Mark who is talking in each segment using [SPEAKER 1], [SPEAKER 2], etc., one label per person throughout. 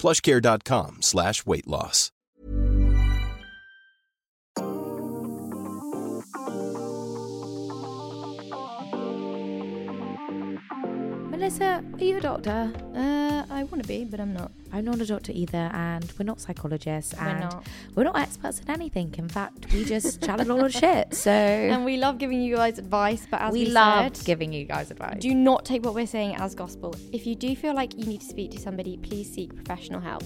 [SPEAKER 1] Plushcare.com slash weight loss.
[SPEAKER 2] Melissa, are you a doctor?
[SPEAKER 3] Uh, I want to be, but I'm not.
[SPEAKER 2] I'm not a doctor either, and we're not psychologists,
[SPEAKER 3] We're
[SPEAKER 2] and
[SPEAKER 3] not.
[SPEAKER 2] we're not experts in anything. In fact, we just chat a lot of shit. So
[SPEAKER 3] And we love giving you guys advice, but as we,
[SPEAKER 2] we love
[SPEAKER 3] said,
[SPEAKER 2] giving you guys advice.
[SPEAKER 3] do not take what we're saying as gospel. If you do feel like you need to speak to somebody, please seek professional help.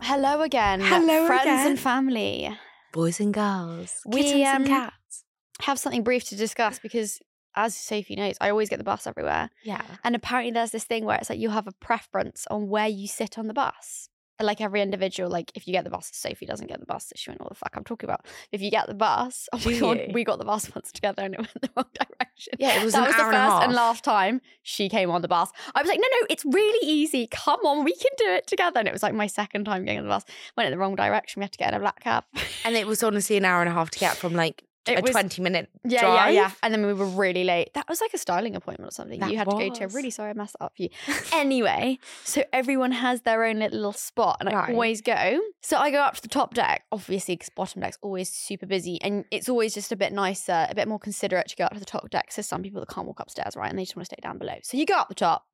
[SPEAKER 3] Hello again,
[SPEAKER 2] Hello
[SPEAKER 3] friends
[SPEAKER 2] again.
[SPEAKER 3] and family.
[SPEAKER 2] Boys and girls,
[SPEAKER 3] We,
[SPEAKER 2] kittens and
[SPEAKER 3] um,
[SPEAKER 2] cats.
[SPEAKER 3] Have something brief to discuss because, as Sophie knows, I always get the bus everywhere,
[SPEAKER 2] Yeah.
[SPEAKER 3] and apparently there's this thing where it's like you have a preference on where you sit on the bus. Like every individual, like if you get the bus, Sophie doesn't get the bus, so she won't know what the fuck I'm talking about. If you get the bus, oh my
[SPEAKER 2] Do
[SPEAKER 3] God,
[SPEAKER 2] you?
[SPEAKER 3] we got the bus once together and it went the wrong direction.
[SPEAKER 2] Yeah, it was
[SPEAKER 3] that
[SPEAKER 2] an
[SPEAKER 3] was
[SPEAKER 2] hour and
[SPEAKER 3] the
[SPEAKER 2] a
[SPEAKER 3] first
[SPEAKER 2] half.
[SPEAKER 3] last time she came on the bus. I was like, no, no, it's really easy. Come on, we can do it together. And it was like my second time getting on the bus. Went in the wrong direction. We had to get in a black cab.
[SPEAKER 2] And it was honestly an hour and a half to get from like
[SPEAKER 3] It
[SPEAKER 2] a
[SPEAKER 3] was-
[SPEAKER 2] 20 minute
[SPEAKER 3] yeah,
[SPEAKER 2] drive.
[SPEAKER 3] yeah, yeah. And then we were really late. That was like a styling appointment or something.
[SPEAKER 2] That
[SPEAKER 3] you had to go to.
[SPEAKER 2] was.
[SPEAKER 3] Really sorry, I messed that up for you. anyway, so everyone has their own little spot, and
[SPEAKER 2] Right.
[SPEAKER 3] I always go. So I go up to the top deck, obviously, because bottom deck's always super busy, and it's always just a bit nicer, a bit more considerate to go up to the top deck. So some people that can't walk upstairs, right, and they just want to stay down below. So you go up the top,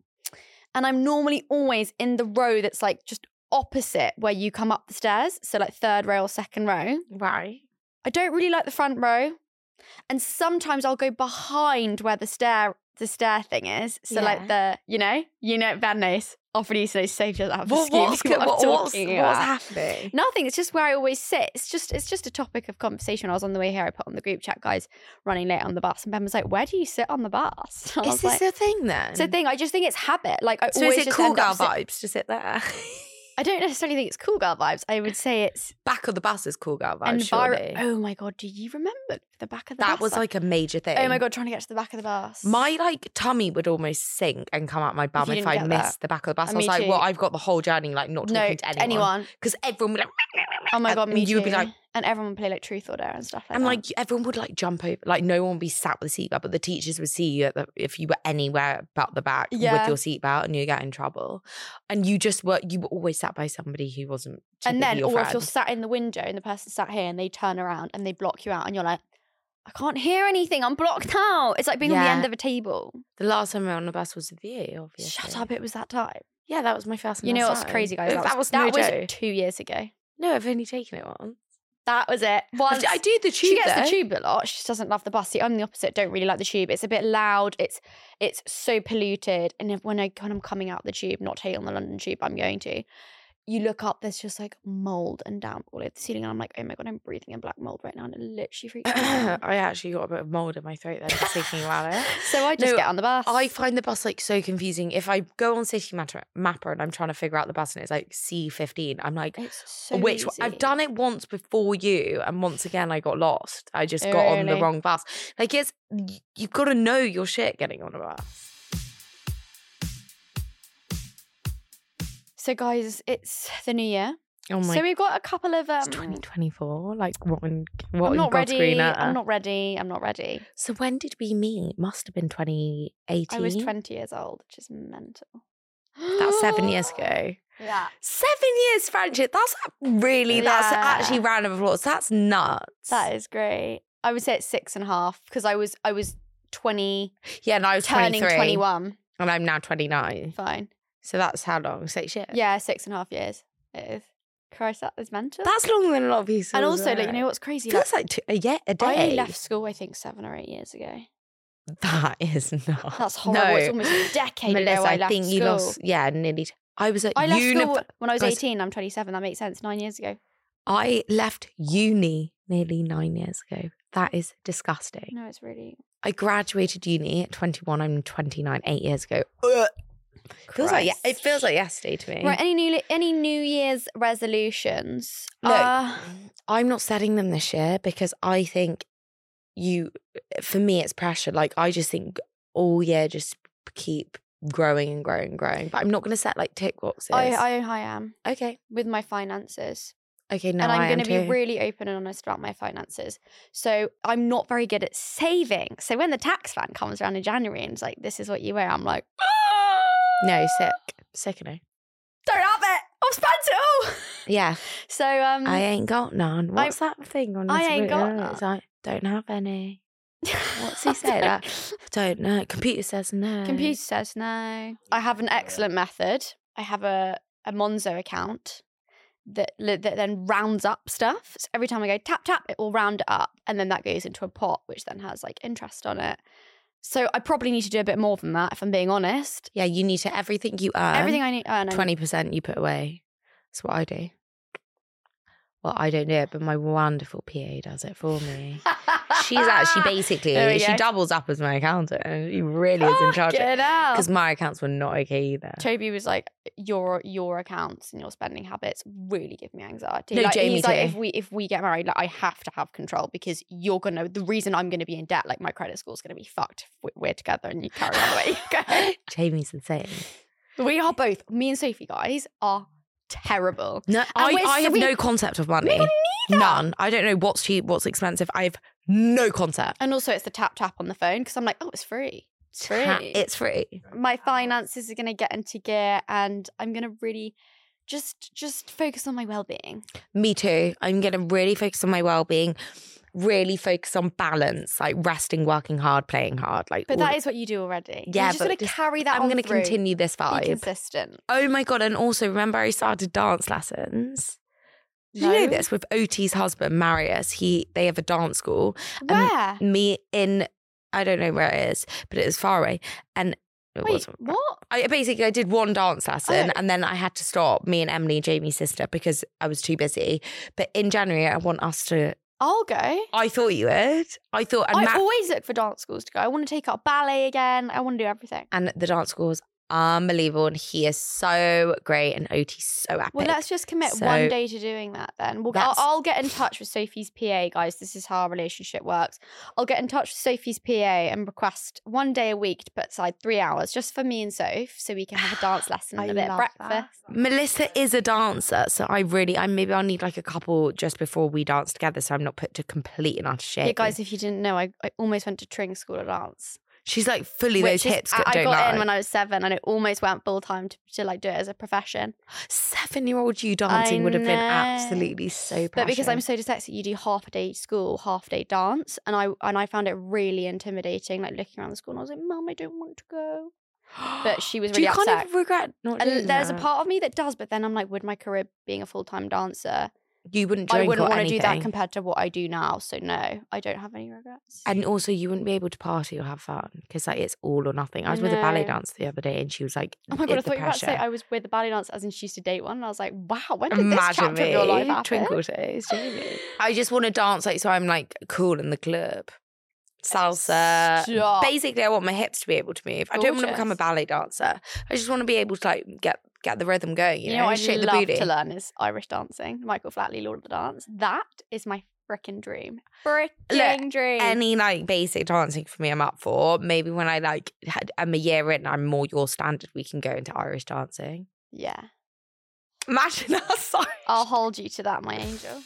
[SPEAKER 3] and I'm normally always in the row that's like just opposite where you come up the stairs, so like third row or second row.
[SPEAKER 2] Right.
[SPEAKER 3] I don't really like the front row. And sometimes I'll go behind where the stair the stair thing is. So like the, you know, you know Van E. Nose. I'll produce those safe just have
[SPEAKER 2] What,
[SPEAKER 3] to
[SPEAKER 2] what's,
[SPEAKER 3] what
[SPEAKER 2] what-
[SPEAKER 3] I'm
[SPEAKER 2] what's, what's
[SPEAKER 3] talking about.
[SPEAKER 2] happening?
[SPEAKER 3] Nothing. It's just where I always sit. It's just it's just a topic of conversation. I was on the way here, I put on the group chat, guys, running late on the bus. And Ben was like, Where do you sit on the bus? And I
[SPEAKER 2] Is
[SPEAKER 3] was
[SPEAKER 2] this
[SPEAKER 3] like,
[SPEAKER 2] a thing then?
[SPEAKER 3] it's a thing. I just think it's habit. Like I
[SPEAKER 2] So
[SPEAKER 3] always
[SPEAKER 2] is it
[SPEAKER 3] just
[SPEAKER 2] cool
[SPEAKER 3] end
[SPEAKER 2] girl
[SPEAKER 3] up sit-
[SPEAKER 2] vibes to sit there?
[SPEAKER 3] I don't necessarily think it's cool girl vibes. I would say it's
[SPEAKER 2] Back of the bus is cool girl vibes.
[SPEAKER 3] enviro-
[SPEAKER 2] surely.
[SPEAKER 3] Oh my god, do you remember the back of the
[SPEAKER 2] that
[SPEAKER 3] bus?
[SPEAKER 2] was like
[SPEAKER 3] like?
[SPEAKER 2] a major thing.
[SPEAKER 3] Oh my god, trying to get to the back of the bus.
[SPEAKER 2] My like tummy would almost sink and come out my bum
[SPEAKER 3] you
[SPEAKER 2] if
[SPEAKER 3] didn't
[SPEAKER 2] I
[SPEAKER 3] get
[SPEAKER 2] missed
[SPEAKER 3] that.
[SPEAKER 2] the back of the bus. I
[SPEAKER 3] And
[SPEAKER 2] was
[SPEAKER 3] me
[SPEAKER 2] like,
[SPEAKER 3] too.
[SPEAKER 2] well, I've got the whole journey like not talking
[SPEAKER 3] no
[SPEAKER 2] to anyone because everyone would be like,
[SPEAKER 3] Oh my
[SPEAKER 2] and-
[SPEAKER 3] god,
[SPEAKER 2] and
[SPEAKER 3] me
[SPEAKER 2] you would be
[SPEAKER 3] too.
[SPEAKER 2] like,
[SPEAKER 3] and everyone would play like truth or dare and stuff like
[SPEAKER 2] and
[SPEAKER 3] that.
[SPEAKER 2] like everyone would like jump over, like no one would be sat with a seatbelt, but the teachers would see you at the, if you were anywhere but the back
[SPEAKER 3] Yeah.
[SPEAKER 2] with your seatbelt and you get in trouble, and you just were you were always sat by somebody who wasn't.
[SPEAKER 3] and then,
[SPEAKER 2] typically your
[SPEAKER 3] or if you're
[SPEAKER 2] friend.
[SPEAKER 3] sat in the window and the person sat here and they turn around and they block you out and you're like, I can't hear anything. I'm blocked out. It's like being on the
[SPEAKER 2] Yeah.
[SPEAKER 3] end of a table.
[SPEAKER 2] the last time I went on the bus was with you. Obviously,
[SPEAKER 3] Shut up! It was that time.
[SPEAKER 2] Yeah, that was my first. and
[SPEAKER 3] you know
[SPEAKER 2] last
[SPEAKER 3] what's
[SPEAKER 2] time.
[SPEAKER 3] crazy, guys?
[SPEAKER 2] That, was
[SPEAKER 3] that
[SPEAKER 2] no
[SPEAKER 3] was
[SPEAKER 2] joke.
[SPEAKER 3] two years ago.
[SPEAKER 2] No, I've only taken it once.
[SPEAKER 3] That was it.
[SPEAKER 2] I
[SPEAKER 3] Once,
[SPEAKER 2] d- I do the tube.
[SPEAKER 3] she gets
[SPEAKER 2] though.
[SPEAKER 3] the tube a lot. She just doesn't love the bus. See, I'm the opposite. Don't really like the tube. It's a bit loud. It's it's so polluted. And if- when I when I'm coming out the tube, not taking on the London tube, I'm going to. You look up, there's just like mold and damp all over the ceiling, and I'm like, oh my god, I'm breathing in black mold right now, and it literally freaks me out.
[SPEAKER 2] I actually got a bit of mold in my throat there just thinking about it.
[SPEAKER 3] So I just
[SPEAKER 2] No,
[SPEAKER 3] get on the bus.
[SPEAKER 2] I find the bus like so confusing. If I go on City Mapper, Mapper and I'm trying to figure out the bus and it's like C15, I'm like,
[SPEAKER 3] it's so
[SPEAKER 2] which one? I've
[SPEAKER 3] easy.
[SPEAKER 2] done it once before you, and once again I got lost. I just
[SPEAKER 3] Oh,
[SPEAKER 2] got on the
[SPEAKER 3] really?
[SPEAKER 2] wrong bus. Like it's y- you've got to know your shit getting on a bus.
[SPEAKER 3] So guys, it's the new year.
[SPEAKER 2] Oh my.
[SPEAKER 3] so we've got a couple of
[SPEAKER 2] it's
[SPEAKER 3] um.
[SPEAKER 2] 2024. Like what? In, what
[SPEAKER 3] I'm
[SPEAKER 2] in
[SPEAKER 3] not
[SPEAKER 2] God's
[SPEAKER 3] ready.
[SPEAKER 2] green
[SPEAKER 3] I'm
[SPEAKER 2] earth?
[SPEAKER 3] not ready. I'm not ready.
[SPEAKER 2] So when did we meet? Must have been 2018.
[SPEAKER 3] I was 20 years old, which is mental.
[SPEAKER 2] That's seven years ago.
[SPEAKER 3] Yeah.
[SPEAKER 2] Seven years friendship. That's really that's
[SPEAKER 3] Yeah.
[SPEAKER 2] actually round of applause. That's nuts.
[SPEAKER 3] That is great. I would say it's six and a half because I was I was twenty
[SPEAKER 2] yeah, and I was
[SPEAKER 3] turning
[SPEAKER 2] 23,
[SPEAKER 3] twenty one.
[SPEAKER 2] and I'm now 29.
[SPEAKER 3] Fine.
[SPEAKER 2] So that's how long? Six years.
[SPEAKER 3] Yeah, six and a half years. It is. Christ, that is mental.
[SPEAKER 2] That's longer than a lot of people.
[SPEAKER 3] and also, like, you know what's crazy? Like,
[SPEAKER 2] That's like two, a, yeah, a
[SPEAKER 3] I
[SPEAKER 2] day.
[SPEAKER 3] only left school, I think, seven or eight years ago.
[SPEAKER 2] That is not.
[SPEAKER 3] That's horrible.
[SPEAKER 2] Oh, No.
[SPEAKER 3] It's almost a decade
[SPEAKER 2] Melissa,
[SPEAKER 3] ago I
[SPEAKER 2] I,
[SPEAKER 3] left
[SPEAKER 2] think
[SPEAKER 3] school.
[SPEAKER 2] you lost. Yeah, nearly. I was at
[SPEAKER 3] I left
[SPEAKER 2] uni.
[SPEAKER 3] school when I was
[SPEAKER 2] guys-
[SPEAKER 3] 18. I'm 27. That makes sense. Nine years ago.
[SPEAKER 2] I left uni nearly nine years ago. That is disgusting.
[SPEAKER 3] No, it's really.
[SPEAKER 2] I graduated uni at 21. I'm 29, eight years ago. Ugh. Feels like yeah, it
[SPEAKER 3] Christ.
[SPEAKER 2] feels like yesterday to me.
[SPEAKER 3] Right. Any new any New Year's resolutions?
[SPEAKER 2] Look,
[SPEAKER 3] Uh,
[SPEAKER 2] I'm not setting them this year because I think you, for me, it's pressure. Like I just think all year just keep growing and growing and growing. But I'm not going to set like tick boxes.
[SPEAKER 3] I, I I am
[SPEAKER 2] okay,
[SPEAKER 3] with my finances.
[SPEAKER 2] okay, no,
[SPEAKER 3] and I'm
[SPEAKER 2] I am
[SPEAKER 3] going to be
[SPEAKER 2] too.
[SPEAKER 3] really open and honest about my finances. So I'm not very good at saving. So when the tax plan comes around in January and it's like, this is what you owe, I'm like, "Ah,
[SPEAKER 2] no sick, sickening.
[SPEAKER 3] don't have it. I've spent it all.
[SPEAKER 2] Yeah,
[SPEAKER 3] So um,
[SPEAKER 2] I ain't got none. What's that thing on?
[SPEAKER 3] I
[SPEAKER 2] this
[SPEAKER 3] ain't
[SPEAKER 2] really-
[SPEAKER 3] got
[SPEAKER 2] oh, it's like, don't have any. What's he Uh, say
[SPEAKER 3] I
[SPEAKER 2] that? Don't know. Computer says no.
[SPEAKER 3] don't- Computer says no. Mm. I have an excellent method. I have a, a Monzo account that li- that then rounds up stuff. So every time I go tap tap, it will round it up, and then that goes into a pot, which then has like interest on it. So I probably need to do a bit more than that, if I'm being honest.
[SPEAKER 2] Yeah, you need to everything you earn.
[SPEAKER 3] Everything I need, earn, I
[SPEAKER 2] Twenty percent you put away. That's what I do. Well, I don't do it, but my wonderful PA does it for me. She's actually basically
[SPEAKER 3] There we
[SPEAKER 2] she
[SPEAKER 3] go. Oh,
[SPEAKER 2] doubles up as my accountant, and she really is in charge
[SPEAKER 3] Get
[SPEAKER 2] because
[SPEAKER 3] out.
[SPEAKER 2] my accounts were not okay either.
[SPEAKER 3] Toby was like, your your accounts and your spending habits really give me anxiety.
[SPEAKER 2] No,
[SPEAKER 3] like,
[SPEAKER 2] Jamie
[SPEAKER 3] he's like,
[SPEAKER 2] too.
[SPEAKER 3] if we if we get married, like I have to have control because you're gonna the reason I'm gonna be in debt, like my credit score's gonna be fucked. If we- we're together and you carry on the way you
[SPEAKER 2] Jamie's insane.
[SPEAKER 3] go. we are both. Me and Sophie guys are terrible.
[SPEAKER 2] No, I,
[SPEAKER 3] we're
[SPEAKER 2] I have
[SPEAKER 3] sweet-
[SPEAKER 2] no concept of money. None. I don't know what's cheap, what's expensive. I have no concept.
[SPEAKER 3] And also, it's the tap tap on the phone because I'm like, oh, it's free. It's free.
[SPEAKER 2] Ha- It's free. Oh.
[SPEAKER 3] my finances are going to get into gear and i'm going to really just just focus on my well-being
[SPEAKER 2] Me too. I'm going to really focus on my well being, really focus on balance, like resting, working hard, playing hard. Like,
[SPEAKER 3] but
[SPEAKER 2] all-
[SPEAKER 3] that is what you do already
[SPEAKER 2] Yeah,
[SPEAKER 3] you're just
[SPEAKER 2] but
[SPEAKER 3] going to
[SPEAKER 2] just-
[SPEAKER 3] carry that
[SPEAKER 2] I'm
[SPEAKER 3] on
[SPEAKER 2] going to
[SPEAKER 3] through.
[SPEAKER 2] continue this
[SPEAKER 3] be
[SPEAKER 2] vibe.
[SPEAKER 3] consistent
[SPEAKER 2] Oh my God. And also, remember, I started dance lessons. Did You know
[SPEAKER 3] No.
[SPEAKER 2] this with OT's husband, Marius. He They have a dance school.
[SPEAKER 3] where
[SPEAKER 2] Me in, I don't know where it is, but it is far away. And it
[SPEAKER 3] wait
[SPEAKER 2] wasn't.
[SPEAKER 3] what
[SPEAKER 2] I basically I did one dance lesson
[SPEAKER 3] Oh.
[SPEAKER 2] and then I had to stop. Me and Emily, Jamie's sister, because I was too busy. But in January, I want us to.
[SPEAKER 3] i'll go
[SPEAKER 2] I thought you would. I thought and,
[SPEAKER 3] i
[SPEAKER 2] Ma-
[SPEAKER 3] always look for dance schools to go i want to take up ballet again i want to do everything
[SPEAKER 2] and the dance school was unbelievable, and he is so great, and Oti's so epic.
[SPEAKER 3] well, let's just commit
[SPEAKER 2] So-
[SPEAKER 3] one day to doing that then. We'll, I'll,
[SPEAKER 2] That's-
[SPEAKER 3] I'll get in touch with Sophie's PA, guys. This is how our relationship works. I'll get in touch with Sophie's PA and request one day a week to put aside three hours just for me and Soph so we can have a dance lesson and a bit of breakfast.
[SPEAKER 2] Melissa is a dancer, so I really, I maybe I'll need like a couple just before we dance together, so I'm not put to complete and utter shame.
[SPEAKER 3] Yeah, guys, if you didn't know, I, I almost went to Tring School of Dance.
[SPEAKER 2] she's like fully those
[SPEAKER 3] which is-
[SPEAKER 2] hips.
[SPEAKER 3] I, I
[SPEAKER 2] don't
[SPEAKER 3] got
[SPEAKER 2] lie.
[SPEAKER 3] in when I was seven and it almost went full time to, to like do it as a profession.
[SPEAKER 2] Seven-year-old you dancing would have been
[SPEAKER 3] know.
[SPEAKER 2] absolutely so.
[SPEAKER 3] But because I'm
[SPEAKER 2] passionate.
[SPEAKER 3] so dyslexic, you do half a day school, half a day dance, and I and I found it really intimidating, like looking around the school, and I was like, "Mum, I don't want to go." But she was
[SPEAKER 2] Do
[SPEAKER 3] really
[SPEAKER 2] you
[SPEAKER 3] upset.
[SPEAKER 2] kind of regret not doing
[SPEAKER 3] and there's a
[SPEAKER 2] that?
[SPEAKER 3] part of me that does, but then I'm like, would my career being a full time dancer,
[SPEAKER 2] you wouldn't drink
[SPEAKER 3] I wouldn't
[SPEAKER 2] or
[SPEAKER 3] want to do that
[SPEAKER 2] anything.
[SPEAKER 3] compared to what I do now. So no, I don't have any regrets.
[SPEAKER 2] and also, you wouldn't be able to party or have fun because like it's all or nothing. I was with a ballet
[SPEAKER 3] No.
[SPEAKER 2] dancer the other day, and she was like,
[SPEAKER 3] oh my god, I
[SPEAKER 2] "It's the
[SPEAKER 3] thought you were about to say
[SPEAKER 2] pressure."
[SPEAKER 3] I was with a ballet dancer, as in she used to date one, and I was like, wow, when did this
[SPEAKER 2] Imagine
[SPEAKER 3] chapter of your life
[SPEAKER 2] me,
[SPEAKER 3] happen?
[SPEAKER 2] Twinkle Toes, Jamie. I just want to dance like so. I'm like cool in the club, salsa.
[SPEAKER 3] Stop.
[SPEAKER 2] Basically, I want my hips to be able to move. I don't want to become a ballet
[SPEAKER 3] Gorgeous.
[SPEAKER 2] dancer. I just want to be able to like get get the rhythm going. You,
[SPEAKER 3] You know, what
[SPEAKER 2] shake
[SPEAKER 3] I'd
[SPEAKER 2] the
[SPEAKER 3] love
[SPEAKER 2] booty.
[SPEAKER 3] to learn is Irish dancing. Michael Flatley, Lord of the Dance. That is my freaking dream. Freaking dream.
[SPEAKER 2] any like basic dancing for me, I'm up for. Maybe when I like had, I'm a year in, I'm more your standard. We can go into Irish dancing.
[SPEAKER 3] yeah.
[SPEAKER 2] Imagine us. Sorry.
[SPEAKER 3] I'll hold you to that, my angel.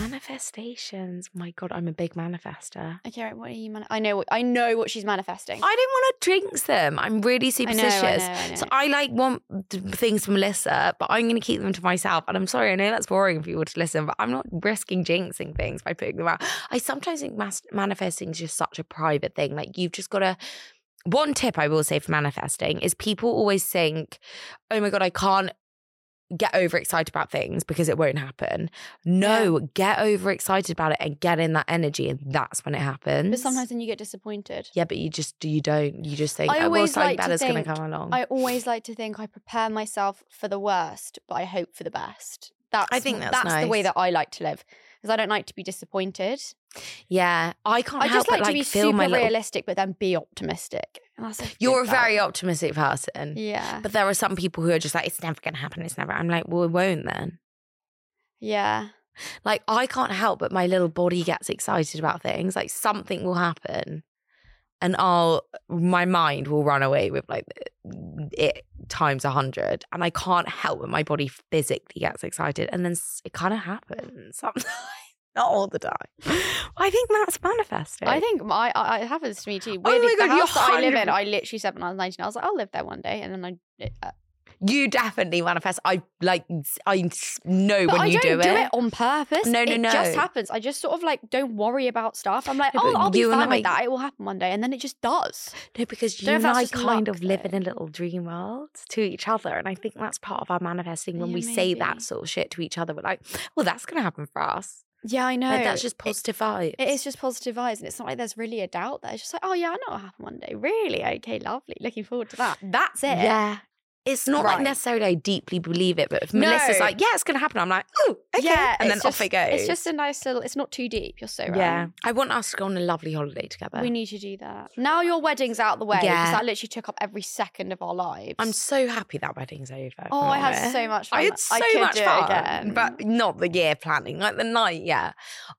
[SPEAKER 2] Manifestations. My God, I'm a big manifester.
[SPEAKER 3] Okay, right, what are you? Mani- I know. What, I know what she's manifesting.
[SPEAKER 2] I don't want to drink them. I'm really
[SPEAKER 3] I know, I
[SPEAKER 2] superstitious.
[SPEAKER 3] know, I
[SPEAKER 2] So
[SPEAKER 3] know.
[SPEAKER 2] I like want th- things from Melissa, but I'm going to keep them to myself. And I'm sorry, I know that's boring for people to listen, but I'm not risking jinxing things by putting them out. I sometimes think mas- manifesting is just such a private thing. Like you've just got to One tip I will say for manifesting is people always think, oh my God, I can't get overexcited about things because it won't happen. No, get overexcited about it and get in that energy, and that's when it happens.
[SPEAKER 3] But sometimes then you get disappointed.
[SPEAKER 2] yeah, but you just you don't. You just think, I
[SPEAKER 3] I
[SPEAKER 2] oh, well,
[SPEAKER 3] always
[SPEAKER 2] something
[SPEAKER 3] like to
[SPEAKER 2] better's going
[SPEAKER 3] think
[SPEAKER 2] to come along.
[SPEAKER 3] I always like to think I prepare myself for the worst, but I hope for the best. That's
[SPEAKER 2] think that's
[SPEAKER 3] the way
[SPEAKER 2] nice.
[SPEAKER 3] that I like to live because I don't like to be disappointed.
[SPEAKER 2] yeah, I can't
[SPEAKER 3] I
[SPEAKER 2] help
[SPEAKER 3] just like,
[SPEAKER 2] but like
[SPEAKER 3] to be
[SPEAKER 2] feel
[SPEAKER 3] super
[SPEAKER 2] my little.
[SPEAKER 3] realistic, but then be optimistic. And that's a
[SPEAKER 2] You're a
[SPEAKER 3] good
[SPEAKER 2] very
[SPEAKER 3] balance.
[SPEAKER 2] optimistic person,
[SPEAKER 3] yeah,
[SPEAKER 2] but there are some people who are just like, it's never going to happen. It's never. I'm like, well, it won't then.
[SPEAKER 3] yeah.
[SPEAKER 2] Like I can't help but my little body gets excited about things. Like something will happen, and I'll my mind will run away with like it times a hundred, and I can't help but my body physically gets excited, and then s- it kind of happens sometimes, not all the time. I think that's manifesting.
[SPEAKER 3] I think my I, I it happens to me too.
[SPEAKER 2] Oh my
[SPEAKER 3] Weirdly,
[SPEAKER 2] God,
[SPEAKER 3] the
[SPEAKER 2] you're
[SPEAKER 3] house that I live in,
[SPEAKER 2] 100
[SPEAKER 3] I literally said when I was nineteen, I was like, I'll live there one day, and then I. It, uh,
[SPEAKER 2] you definitely manifest. I like I s- know
[SPEAKER 3] but
[SPEAKER 2] when
[SPEAKER 3] I
[SPEAKER 2] you
[SPEAKER 3] don't do it. on purpose.
[SPEAKER 2] No, no,
[SPEAKER 3] it just
[SPEAKER 2] no.
[SPEAKER 3] happens. I just sort of like don't worry about stuff. I'm like,
[SPEAKER 2] No,
[SPEAKER 3] oh,
[SPEAKER 2] but
[SPEAKER 3] I'll be
[SPEAKER 2] you and
[SPEAKER 3] fine
[SPEAKER 2] I-
[SPEAKER 3] with that. It will happen one day, and then it just does.
[SPEAKER 2] No, because you
[SPEAKER 3] Don't know
[SPEAKER 2] and
[SPEAKER 3] if that's
[SPEAKER 2] I
[SPEAKER 3] just
[SPEAKER 2] kind
[SPEAKER 3] luck,
[SPEAKER 2] of live in
[SPEAKER 3] though.
[SPEAKER 2] a little dream world to each other. And I think that's part of our manifesting when
[SPEAKER 3] Yeah,
[SPEAKER 2] we say
[SPEAKER 3] maybe.
[SPEAKER 2] that sort of shit to each other. We're like, well, that's going to happen for us.
[SPEAKER 3] Yeah, I know.
[SPEAKER 2] Like, that's just
[SPEAKER 3] It-
[SPEAKER 2] positive vibes.
[SPEAKER 3] It is just positive eyes, and it's not like there's really a doubt there. It's just like, oh yeah, I know it'll happen one day. Really? Okay, lovely. Looking forward to that. That's it.
[SPEAKER 2] Yeah. It's not
[SPEAKER 3] Right.
[SPEAKER 2] like necessarily I deeply believe it, but if
[SPEAKER 3] No.
[SPEAKER 2] Melissa's like, yeah, it's going to happen, I'm like, oh, okay.
[SPEAKER 3] Yeah,
[SPEAKER 2] and then
[SPEAKER 3] it's
[SPEAKER 2] off it goes.
[SPEAKER 3] just- It's just a nice little. It's not too deep. You're so right.
[SPEAKER 2] yeah. I want us to go on a lovely holiday together.
[SPEAKER 3] We need to do that now. Your wedding's out the way because
[SPEAKER 2] Yeah.
[SPEAKER 3] that literally took up every second of our lives.
[SPEAKER 2] I'm so happy that wedding's over. if
[SPEAKER 3] Oh,
[SPEAKER 2] I'm
[SPEAKER 3] I had
[SPEAKER 2] honest.
[SPEAKER 3] so much fun.
[SPEAKER 2] I had so
[SPEAKER 3] could
[SPEAKER 2] much
[SPEAKER 3] do it
[SPEAKER 2] fun,
[SPEAKER 3] again.
[SPEAKER 2] but not the year planning, like the night. Yeah,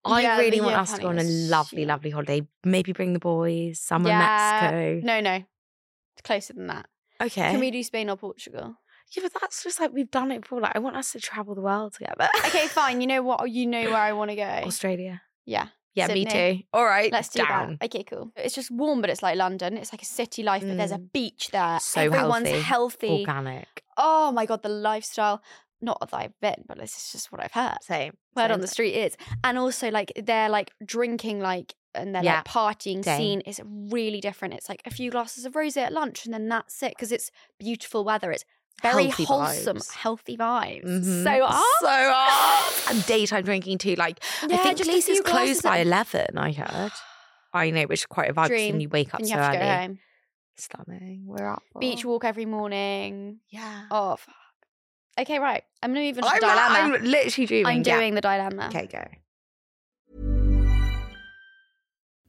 [SPEAKER 2] I
[SPEAKER 3] Yeah, the
[SPEAKER 2] really want
[SPEAKER 3] year
[SPEAKER 2] us to go on
[SPEAKER 3] planning
[SPEAKER 2] a
[SPEAKER 3] was
[SPEAKER 2] lovely,
[SPEAKER 3] huge.
[SPEAKER 2] lovely holiday. Maybe bring the boys, summer
[SPEAKER 3] Yeah.
[SPEAKER 2] Mexico.
[SPEAKER 3] no, no, it's closer than that.
[SPEAKER 2] Okay,
[SPEAKER 3] Can we do Spain or Portugal?
[SPEAKER 2] yeah, but that's just like we've done it before. Like I want us to travel the world together.
[SPEAKER 3] Okay, fine. You know what? You know where I want to go.
[SPEAKER 2] Australia.
[SPEAKER 3] Yeah,
[SPEAKER 2] Yeah, me
[SPEAKER 3] Sydney.
[SPEAKER 2] too. All right,
[SPEAKER 3] Let's do
[SPEAKER 2] down.
[SPEAKER 3] that. Okay, cool. It's just warm, but it's like London. It's like a city life, but there's a
[SPEAKER 2] Mm.
[SPEAKER 3] beach there.
[SPEAKER 2] So
[SPEAKER 3] Everyone's
[SPEAKER 2] healthy.
[SPEAKER 3] healthy.
[SPEAKER 2] Organic.
[SPEAKER 3] Oh my god, the lifestyle. Not that I've been, but this is just what I've heard.
[SPEAKER 2] Same.
[SPEAKER 3] Word
[SPEAKER 2] same,
[SPEAKER 3] on the
[SPEAKER 2] same.
[SPEAKER 3] street is, and also like they're like drinking like and they're
[SPEAKER 2] Yeah.
[SPEAKER 3] like partying
[SPEAKER 2] Same.
[SPEAKER 3] scene is really different. It's like a few glasses of rosé at lunch, and then that's it because it's beautiful weather. It's very
[SPEAKER 2] Healthy
[SPEAKER 3] wholesome,
[SPEAKER 2] vibes.
[SPEAKER 3] healthy vibes.
[SPEAKER 2] Mhm.
[SPEAKER 3] So
[SPEAKER 2] So
[SPEAKER 3] up.
[SPEAKER 2] up. and daytime drinking too. Like I
[SPEAKER 3] Yeah,
[SPEAKER 2] think
[SPEAKER 3] just a
[SPEAKER 2] Lisa's
[SPEAKER 3] few glasses
[SPEAKER 2] closed by
[SPEAKER 3] at-
[SPEAKER 2] eleven. I heard. I know, which is quite a vibe. 'cause
[SPEAKER 3] Dream.
[SPEAKER 2] Then you wake up
[SPEAKER 3] and you
[SPEAKER 2] so
[SPEAKER 3] have to
[SPEAKER 2] early. Oh.
[SPEAKER 3] go home.
[SPEAKER 2] Stunning. We're up.
[SPEAKER 3] Beach walk every morning.
[SPEAKER 2] Yeah.
[SPEAKER 3] Oh, fuck. okay, right. I'm gonna move into
[SPEAKER 2] I'm,
[SPEAKER 3] the dilemma.
[SPEAKER 2] I'm literally dreaming.
[SPEAKER 3] I'm
[SPEAKER 2] yeah.
[SPEAKER 3] doing the dilemma.
[SPEAKER 2] Okay, go.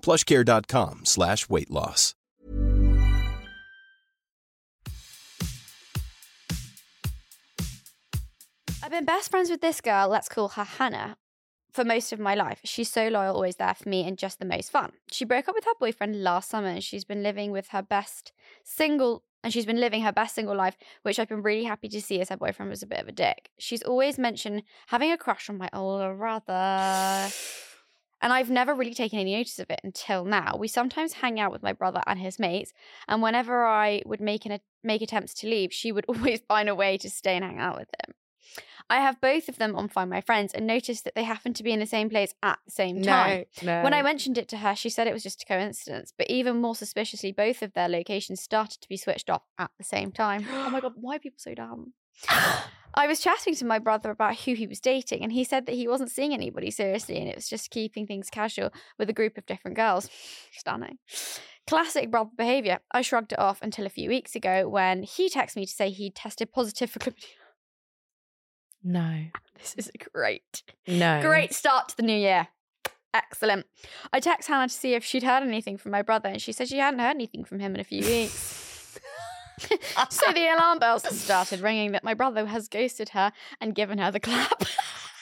[SPEAKER 1] Plushcare.com slash weight loss.
[SPEAKER 3] I've been best friends with this girl, let's call her Hannah, for most of my life. She's so loyal, always there for me, and just the most fun. She broke up with her boyfriend last summer and she's been living with her best single and she's been living her best single life, which I've been really happy to see as her boyfriend was a bit of a dick. She's always mentioned having a crush on my older brother. And I've never really taken any notice of it until now. We sometimes hang out with my brother and his mates, and whenever I would make an make attempts to leave, she would always find a way to stay and hang out with him. I have both of them on Find My Friends and noticed that they happen to be in the same place at the same time.
[SPEAKER 2] no.
[SPEAKER 3] When I mentioned it to her, she said it was just a coincidence, but even more suspiciously, both of their locations started to be switched off at the same time. Oh my God, why are people so dumb? I was chatting to my brother about who he was dating, and he said that he wasn't seeing anybody seriously and it was just keeping things casual with a group of different girls. Stunning. Classic brother behavior. I shrugged it off until a few weeks ago when he texted me to say he tested positive for chlamydia.
[SPEAKER 2] No.
[SPEAKER 3] This is great.
[SPEAKER 2] No.
[SPEAKER 3] Great start to the new year. Excellent. I texted Hannah to see if she'd heard anything from my brother, and she said she hadn't heard anything from him in a few weeks. so the alarm bells started ringing that my brother has ghosted her and given her the clap.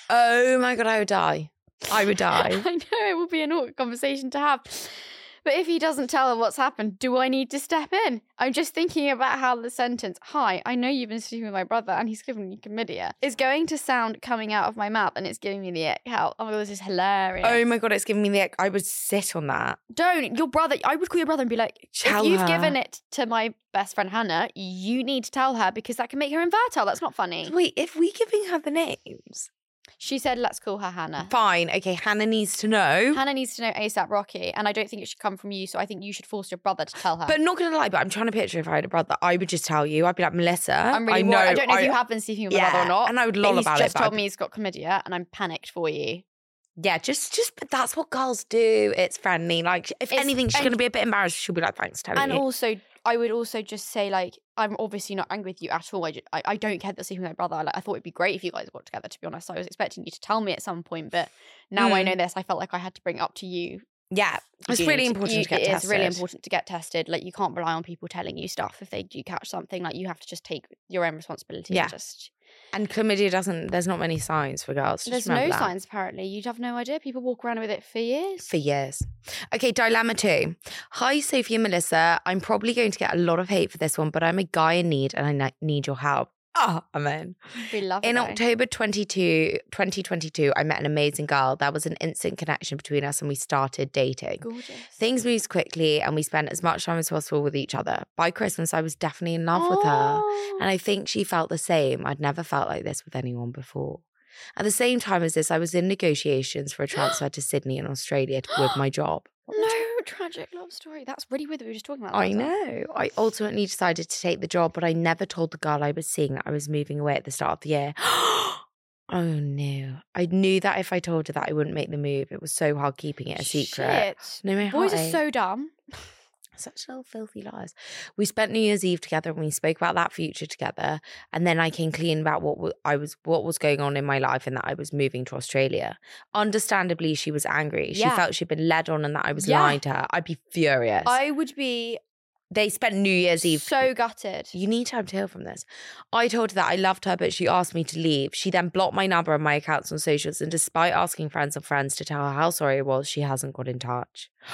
[SPEAKER 2] Oh my god, I would die. I would die.
[SPEAKER 3] I know it will be an awkward conversation to have. But if he doesn't tell her what's happened, do I need to step in? I'm just thinking about how the sentence, Hi, I know you've been sleeping with my brother and he's given you chlamydia, is going to sound coming out of my mouth and it's giving me the ick out. Oh my God, this is hilarious.
[SPEAKER 2] Oh my god, it's giving me the. I would sit on that.
[SPEAKER 3] Don't, your brother, I would call your brother and be like,
[SPEAKER 2] Tell
[SPEAKER 3] If you've
[SPEAKER 2] her.
[SPEAKER 3] given it to my best friend Hannah, you need to tell her because that can make her infertile. That's not funny.
[SPEAKER 2] Wait, if we giving her the names,
[SPEAKER 3] She said, Let's call her Hannah.
[SPEAKER 2] fine. Okay, Hannah needs to know.
[SPEAKER 3] Hannah needs to know ASAP Rocky, and I don't think it should come from you, so I think you should force your brother to tell her.
[SPEAKER 2] But not gonna lie, but I'm trying to picture if I had a brother, I would just tell you. I'd be like Melissa.
[SPEAKER 3] I'm really
[SPEAKER 2] I
[SPEAKER 3] worried.
[SPEAKER 2] know.
[SPEAKER 3] I don't know if you have been sleeping with my brother
[SPEAKER 2] Yeah,
[SPEAKER 3] or not.
[SPEAKER 2] and I would
[SPEAKER 3] but
[SPEAKER 2] loll
[SPEAKER 3] he's
[SPEAKER 2] about it,
[SPEAKER 3] just
[SPEAKER 2] but
[SPEAKER 3] told
[SPEAKER 2] I'd-
[SPEAKER 3] me he's got chlamydia, and I'm panicked for you.
[SPEAKER 2] Yeah, just just. But that's what girls do. It's friendly. Like if
[SPEAKER 3] It's-
[SPEAKER 2] anything, she's
[SPEAKER 3] and-
[SPEAKER 2] gonna be a bit embarrassed. She'll be like, thanks, telling
[SPEAKER 3] and
[SPEAKER 2] you.
[SPEAKER 3] also, I would also just say like, I'm obviously not angry with you at all. I, ju- I, I don't care that sleeping with my brother. Like, I thought it'd be great if you guys got together. To be honest, I was expecting you to tell me at some point, but now I
[SPEAKER 2] Mm.
[SPEAKER 3] know this. I felt like I had to bring it up to you.
[SPEAKER 2] yeah,
[SPEAKER 3] You
[SPEAKER 2] it's
[SPEAKER 3] do
[SPEAKER 2] really
[SPEAKER 3] need
[SPEAKER 2] important
[SPEAKER 3] you-
[SPEAKER 2] to get
[SPEAKER 3] It is
[SPEAKER 2] tested.
[SPEAKER 3] really important to get tested. Like, you can't rely on people telling you stuff if they do catch something. Like, you have to just take your own responsibility.
[SPEAKER 2] Yeah.
[SPEAKER 3] And just
[SPEAKER 2] And chlamydia doesn't. There's not many signs for girls. Just
[SPEAKER 3] there's no
[SPEAKER 2] remember that.
[SPEAKER 3] signs apparently. You'd have no idea. People walk around with it for years.
[SPEAKER 2] for years. Okay, dilemma two. Hi, Sophie and Melissa. I'm probably going to get a lot of hate for this one, but I'm a guy in need and I ne- need your help. Ah, amen.
[SPEAKER 3] We love it
[SPEAKER 2] In
[SPEAKER 3] though.
[SPEAKER 2] October 22, 2022, I met an amazing girl. There was an instant connection between us and we started dating.
[SPEAKER 3] Gorgeous.
[SPEAKER 2] Things moved quickly and we spent as much time as possible with each other. By Christmas, I was definitely in love with her.
[SPEAKER 3] Oh.
[SPEAKER 2] And I think she felt the same. I'd never felt like this with anyone before. At the same time as this, I was in negotiations for a transfer to Sydney in Australia to- with my job.
[SPEAKER 3] No tragic love story. That's really weird that we were just talking about that.
[SPEAKER 2] I
[SPEAKER 3] wasn't it?
[SPEAKER 2] know. I ultimately decided to take the job, but I never told the girl I was seeing that I was moving away at the start of the year. oh no. I knew that if I told her that I wouldn't make the move. It was so hard keeping it a secret.
[SPEAKER 3] Shit.
[SPEAKER 2] No, my
[SPEAKER 3] Boys are
[SPEAKER 2] heartache.
[SPEAKER 3] so dumb.
[SPEAKER 2] Such little filthy liars. We spent New Year's Eve together and we spoke about that future together. And then I came clean about what wa- I was what was going on in my life and that I was moving to Australia. Understandably, she was angry. She
[SPEAKER 3] Yeah.
[SPEAKER 2] felt she'd been led on and that I was
[SPEAKER 3] Yeah.
[SPEAKER 2] lying to her. I'd be furious.
[SPEAKER 3] I would be
[SPEAKER 2] they spent New Year's Eve
[SPEAKER 3] so gutted.
[SPEAKER 2] you need time to heal from this. I told her that I loved her, but she asked me to leave. She then blocked my number and my accounts on socials. And despite asking friends and friends to tell her how sorry I was, she hasn't got in touch.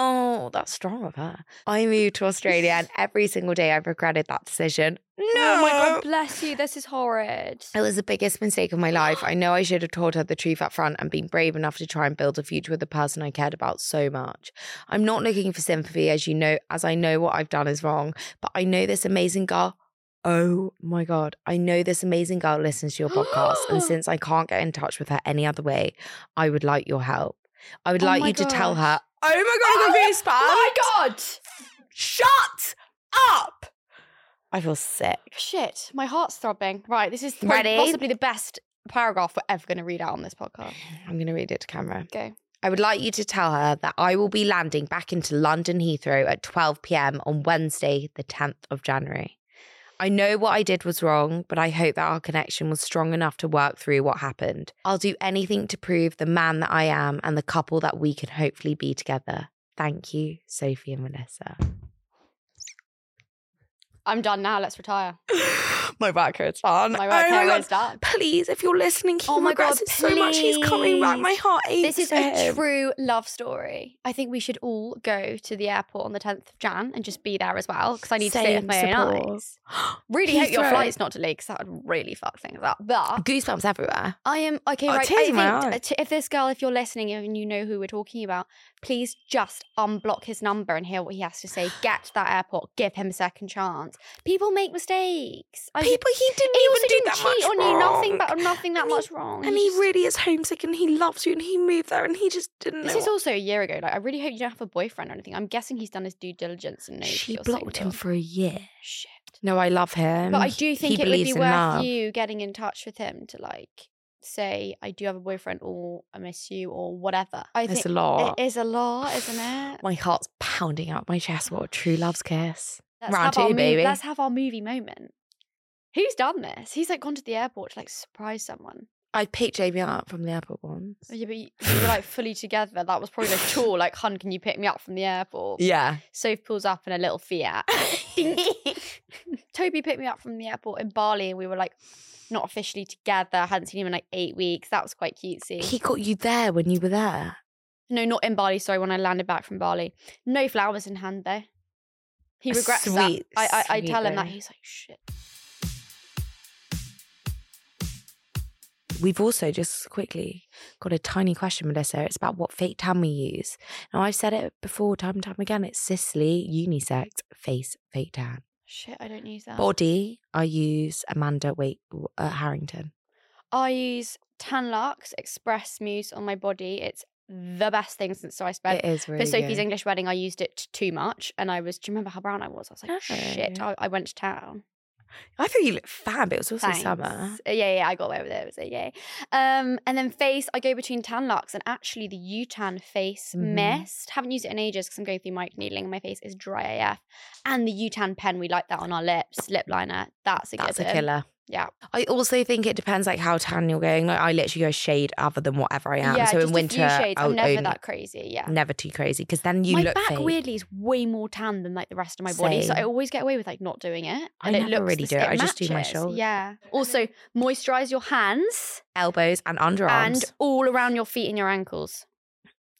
[SPEAKER 2] Oh, that's strong of her. I moved to Australia and every single day I've regretted that decision. No,
[SPEAKER 3] Oh my god, bless you. This is horrid.
[SPEAKER 2] it was the biggest mistake of my life. I know I should have told her the truth up front and been brave enough to try and build a future with the person I cared about so much. I'm not looking for sympathy, as you know, as I know what I've done is wrong, but I know this amazing girl. Oh my God. I know this amazing girl listens to your podcast. and since I can't get in touch with her any other way, I would like your help. I would
[SPEAKER 3] Oh
[SPEAKER 2] like
[SPEAKER 3] my
[SPEAKER 2] you to tell
[SPEAKER 3] gosh.
[SPEAKER 2] her. Oh my God, I'm goosebumps.
[SPEAKER 3] Oh my god.
[SPEAKER 2] Shut up. I feel sick.
[SPEAKER 3] Shit, my heart's throbbing. Right, this is prob-
[SPEAKER 2] Ready?
[SPEAKER 3] possibly the best paragraph we're ever going to read out on this podcast.
[SPEAKER 2] I'm going to read it to camera.
[SPEAKER 3] Go.
[SPEAKER 2] I would like you to tell her that I will be landing back into London Heathrow at 12 pm on Wednesday, the 10th of January. I know what I did was wrong, but I hope that our connection was strong enough to work through what happened. I'll do anything to prove the man that I am and the couple that we can hopefully be together. Thank you, Sophie and Vanessa.
[SPEAKER 3] I'm done now. Let's retire.
[SPEAKER 2] My back hurts Oh, on.
[SPEAKER 3] My work hair is done.
[SPEAKER 2] Please, if you're listening, he
[SPEAKER 3] Oh my
[SPEAKER 2] regrets
[SPEAKER 3] God,
[SPEAKER 2] it so much. He's coming back. My
[SPEAKER 3] please.
[SPEAKER 2] heart aches.
[SPEAKER 3] This is
[SPEAKER 2] for
[SPEAKER 3] a
[SPEAKER 2] him.
[SPEAKER 3] true love story. I think we should all go to the airport on the 10th of Jan and just be there as well because I need to see it
[SPEAKER 2] Same
[SPEAKER 3] with my own
[SPEAKER 2] support.
[SPEAKER 3] eyes. Really hope your
[SPEAKER 2] Heathrow.
[SPEAKER 3] flight's not delayed because that would really fuck things up. But
[SPEAKER 2] Goosebumps everywhere.
[SPEAKER 3] I am okay.
[SPEAKER 2] Oh,
[SPEAKER 3] right,
[SPEAKER 2] tears in my
[SPEAKER 3] I think uh,
[SPEAKER 2] eye.
[SPEAKER 3] t- if this girl, if you're listening and you know who we're talking about, please just unblock his number and hear what he has to say. Get to that airport. Give him a second chance. People make mistakes. I-
[SPEAKER 2] People, he didn't
[SPEAKER 3] he
[SPEAKER 2] even
[SPEAKER 3] also
[SPEAKER 2] do
[SPEAKER 3] didn't
[SPEAKER 2] that
[SPEAKER 3] cheat
[SPEAKER 2] much
[SPEAKER 3] on you. Nothing,
[SPEAKER 2] wrong.
[SPEAKER 3] but nothing that
[SPEAKER 2] And he-
[SPEAKER 3] much wrong.
[SPEAKER 2] and he
[SPEAKER 3] Oh, just-
[SPEAKER 2] really is homesick and he loves you and he moved there and he just didn't
[SPEAKER 3] This
[SPEAKER 2] know.
[SPEAKER 3] is also a year ago. Like, I really hope you don't have a boyfriend or anything. I'm guessing he's done his due diligence and
[SPEAKER 2] what-
[SPEAKER 3] knows
[SPEAKER 2] she
[SPEAKER 3] that you're
[SPEAKER 2] blocked
[SPEAKER 3] single.
[SPEAKER 2] him for a year.
[SPEAKER 3] Shit.
[SPEAKER 2] No, I love him.
[SPEAKER 3] But I do
[SPEAKER 2] He
[SPEAKER 3] think it would
[SPEAKER 2] believes
[SPEAKER 3] be
[SPEAKER 2] in
[SPEAKER 3] worth
[SPEAKER 2] love.
[SPEAKER 3] you getting in touch with him to like say I do have a boyfriend or I miss you or whatever. I
[SPEAKER 2] It's
[SPEAKER 3] think
[SPEAKER 2] a lot.
[SPEAKER 3] it is a lot, isn't it?
[SPEAKER 2] My heart's pounding out my chest. What a true love's kiss.
[SPEAKER 3] Let's
[SPEAKER 2] Round
[SPEAKER 3] have our
[SPEAKER 2] two,
[SPEAKER 3] mov-
[SPEAKER 2] baby.
[SPEAKER 3] Let's have our movie moment. Who's done this? He's like gone to the airport to like surprise someone.
[SPEAKER 2] I picked Jamie up from the airport once.
[SPEAKER 3] Oh, Yeah, but you, you were like fully together. That was probably the chore. Like, hun, can you pick me up from the airport?
[SPEAKER 2] Yeah.
[SPEAKER 3] Soph pulls up in a little Fiat. Dink. Toby picked me up from the airport in Bali, and we were like not officially together. I hadn't seen him in like eight weeks. That was quite cutesy.
[SPEAKER 2] He got you there when you were there.
[SPEAKER 3] no, not in Bali. Sorry, when I landed back from Bali, no flowers in hand though. He
[SPEAKER 2] A
[SPEAKER 3] regrets
[SPEAKER 2] sweet,
[SPEAKER 3] that. I, I, I
[SPEAKER 2] sweet
[SPEAKER 3] tell him that
[SPEAKER 2] boy.
[SPEAKER 3] he's like shit.
[SPEAKER 2] We've also just quickly got a tiny question, Melissa. It's about what fake tan we use. Now, I've said it before, time and time again. It's Sicily unisex face fake tan.
[SPEAKER 3] Shit, I don't use that.
[SPEAKER 2] Body, I use Amanda Wait uh, Harrington.
[SPEAKER 3] I use Tanlux Express Mousse on my body. It's the best thing since so I spent
[SPEAKER 2] It is really
[SPEAKER 3] For Sophie's
[SPEAKER 2] good.
[SPEAKER 3] English wedding, I used it too much, and I was. Do you remember how brown I was? I was like, shit,
[SPEAKER 2] No.
[SPEAKER 3] I, I went to town.
[SPEAKER 2] I thought you looked fab. It was also summer.
[SPEAKER 3] Thanks. Uh, Yeah, yeah, I got away with it. It was a yay. Um, and then face, I go between tan locks and actually the U tan face
[SPEAKER 2] Mhm.
[SPEAKER 3] mist. Haven't used it in ages because I'm going through microneedling and my face is dry AF. And the U tan pen, we like that on our lips, lip liner. That's a
[SPEAKER 2] That's a
[SPEAKER 3] given.
[SPEAKER 2] killer.
[SPEAKER 3] Yeah.
[SPEAKER 2] I also think it depends like how tan you're going. Like I literally go shade other than whatever I am.
[SPEAKER 3] Yeah,
[SPEAKER 2] so
[SPEAKER 3] just
[SPEAKER 2] in
[SPEAKER 3] a
[SPEAKER 2] winter,
[SPEAKER 3] few shades.
[SPEAKER 2] I'll
[SPEAKER 3] I'm never
[SPEAKER 2] own
[SPEAKER 3] that crazy. Yeah.
[SPEAKER 2] never too crazy because then you
[SPEAKER 3] my
[SPEAKER 2] look
[SPEAKER 3] back
[SPEAKER 2] fake.
[SPEAKER 3] weirdly is way more tan than like the rest of my body, so I
[SPEAKER 2] Same.
[SPEAKER 3] always get away with like not doing it.
[SPEAKER 2] I
[SPEAKER 3] And it
[SPEAKER 2] never
[SPEAKER 3] looks
[SPEAKER 2] really
[SPEAKER 3] this-
[SPEAKER 2] do it. I just do my
[SPEAKER 3] matches,
[SPEAKER 2] shoulders.
[SPEAKER 3] Yeah. Also, moisturize your hands
[SPEAKER 2] elbows and underarms.
[SPEAKER 3] and all around your feet and your ankles,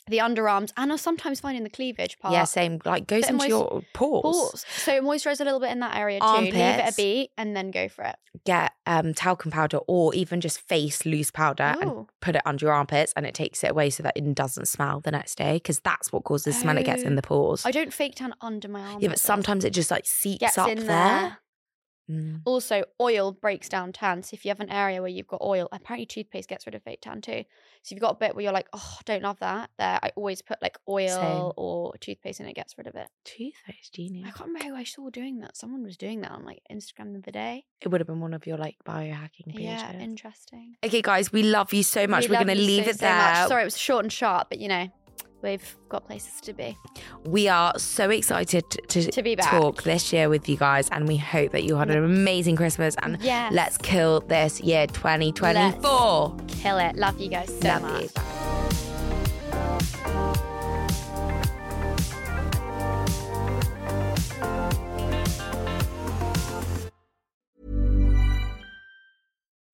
[SPEAKER 3] the underarms, and I sometimes find in the cleavage part.
[SPEAKER 2] yeah, same. Like goes
[SPEAKER 3] But
[SPEAKER 2] into
[SPEAKER 3] moist-
[SPEAKER 2] your pores.
[SPEAKER 3] Pause. So moisturize a little bit in that area too. Leave it a
[SPEAKER 2] Armpits.
[SPEAKER 3] beat and then go for it.
[SPEAKER 2] Get um talcum powder or even just face loose powder and
[SPEAKER 3] Ooh.
[SPEAKER 2] put it under your armpits and it takes it away so that it doesn't smell the next day because that's what causes the smell. It gets
[SPEAKER 3] Oh.
[SPEAKER 2] in the pores.
[SPEAKER 3] I don't fake tan under my arms.
[SPEAKER 2] yeah, but sometimes it just like seeps
[SPEAKER 3] gets
[SPEAKER 2] up
[SPEAKER 3] in there.
[SPEAKER 2] Mm.
[SPEAKER 3] Also, oil breaks down tan. So if you have an area where you've got oil, apparently toothpaste gets rid of fake tan too. So if you've got a bit where you're like, oh, I don't love that, there, I always put like oil
[SPEAKER 2] Same.
[SPEAKER 3] or toothpaste and it gets rid of it.
[SPEAKER 2] Toothpaste genius.
[SPEAKER 3] I can't remember who I saw doing that. Someone was doing that on like Instagram the other day.
[SPEAKER 2] It would have been one of your like biohacking pages.
[SPEAKER 3] Yeah, interesting.
[SPEAKER 2] okay, guys, we love you so much.
[SPEAKER 3] We
[SPEAKER 2] We are
[SPEAKER 3] love
[SPEAKER 2] going to
[SPEAKER 3] you
[SPEAKER 2] leave
[SPEAKER 3] so,
[SPEAKER 2] it
[SPEAKER 3] so
[SPEAKER 2] there.
[SPEAKER 3] much. Sorry, it was short and sharp, but you know, we've got places to be.
[SPEAKER 2] We are so excited to,
[SPEAKER 3] To be back.
[SPEAKER 2] talk this year with you guys, and we hope that you had an amazing Christmas. And
[SPEAKER 3] Yes.
[SPEAKER 2] let's kill this year 2024.
[SPEAKER 3] Kill it. Love you guys so
[SPEAKER 2] Love
[SPEAKER 3] much.
[SPEAKER 2] you.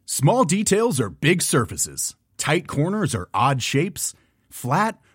[SPEAKER 4] Small details are big surfaces. Tight corners are odd shapes. Flat,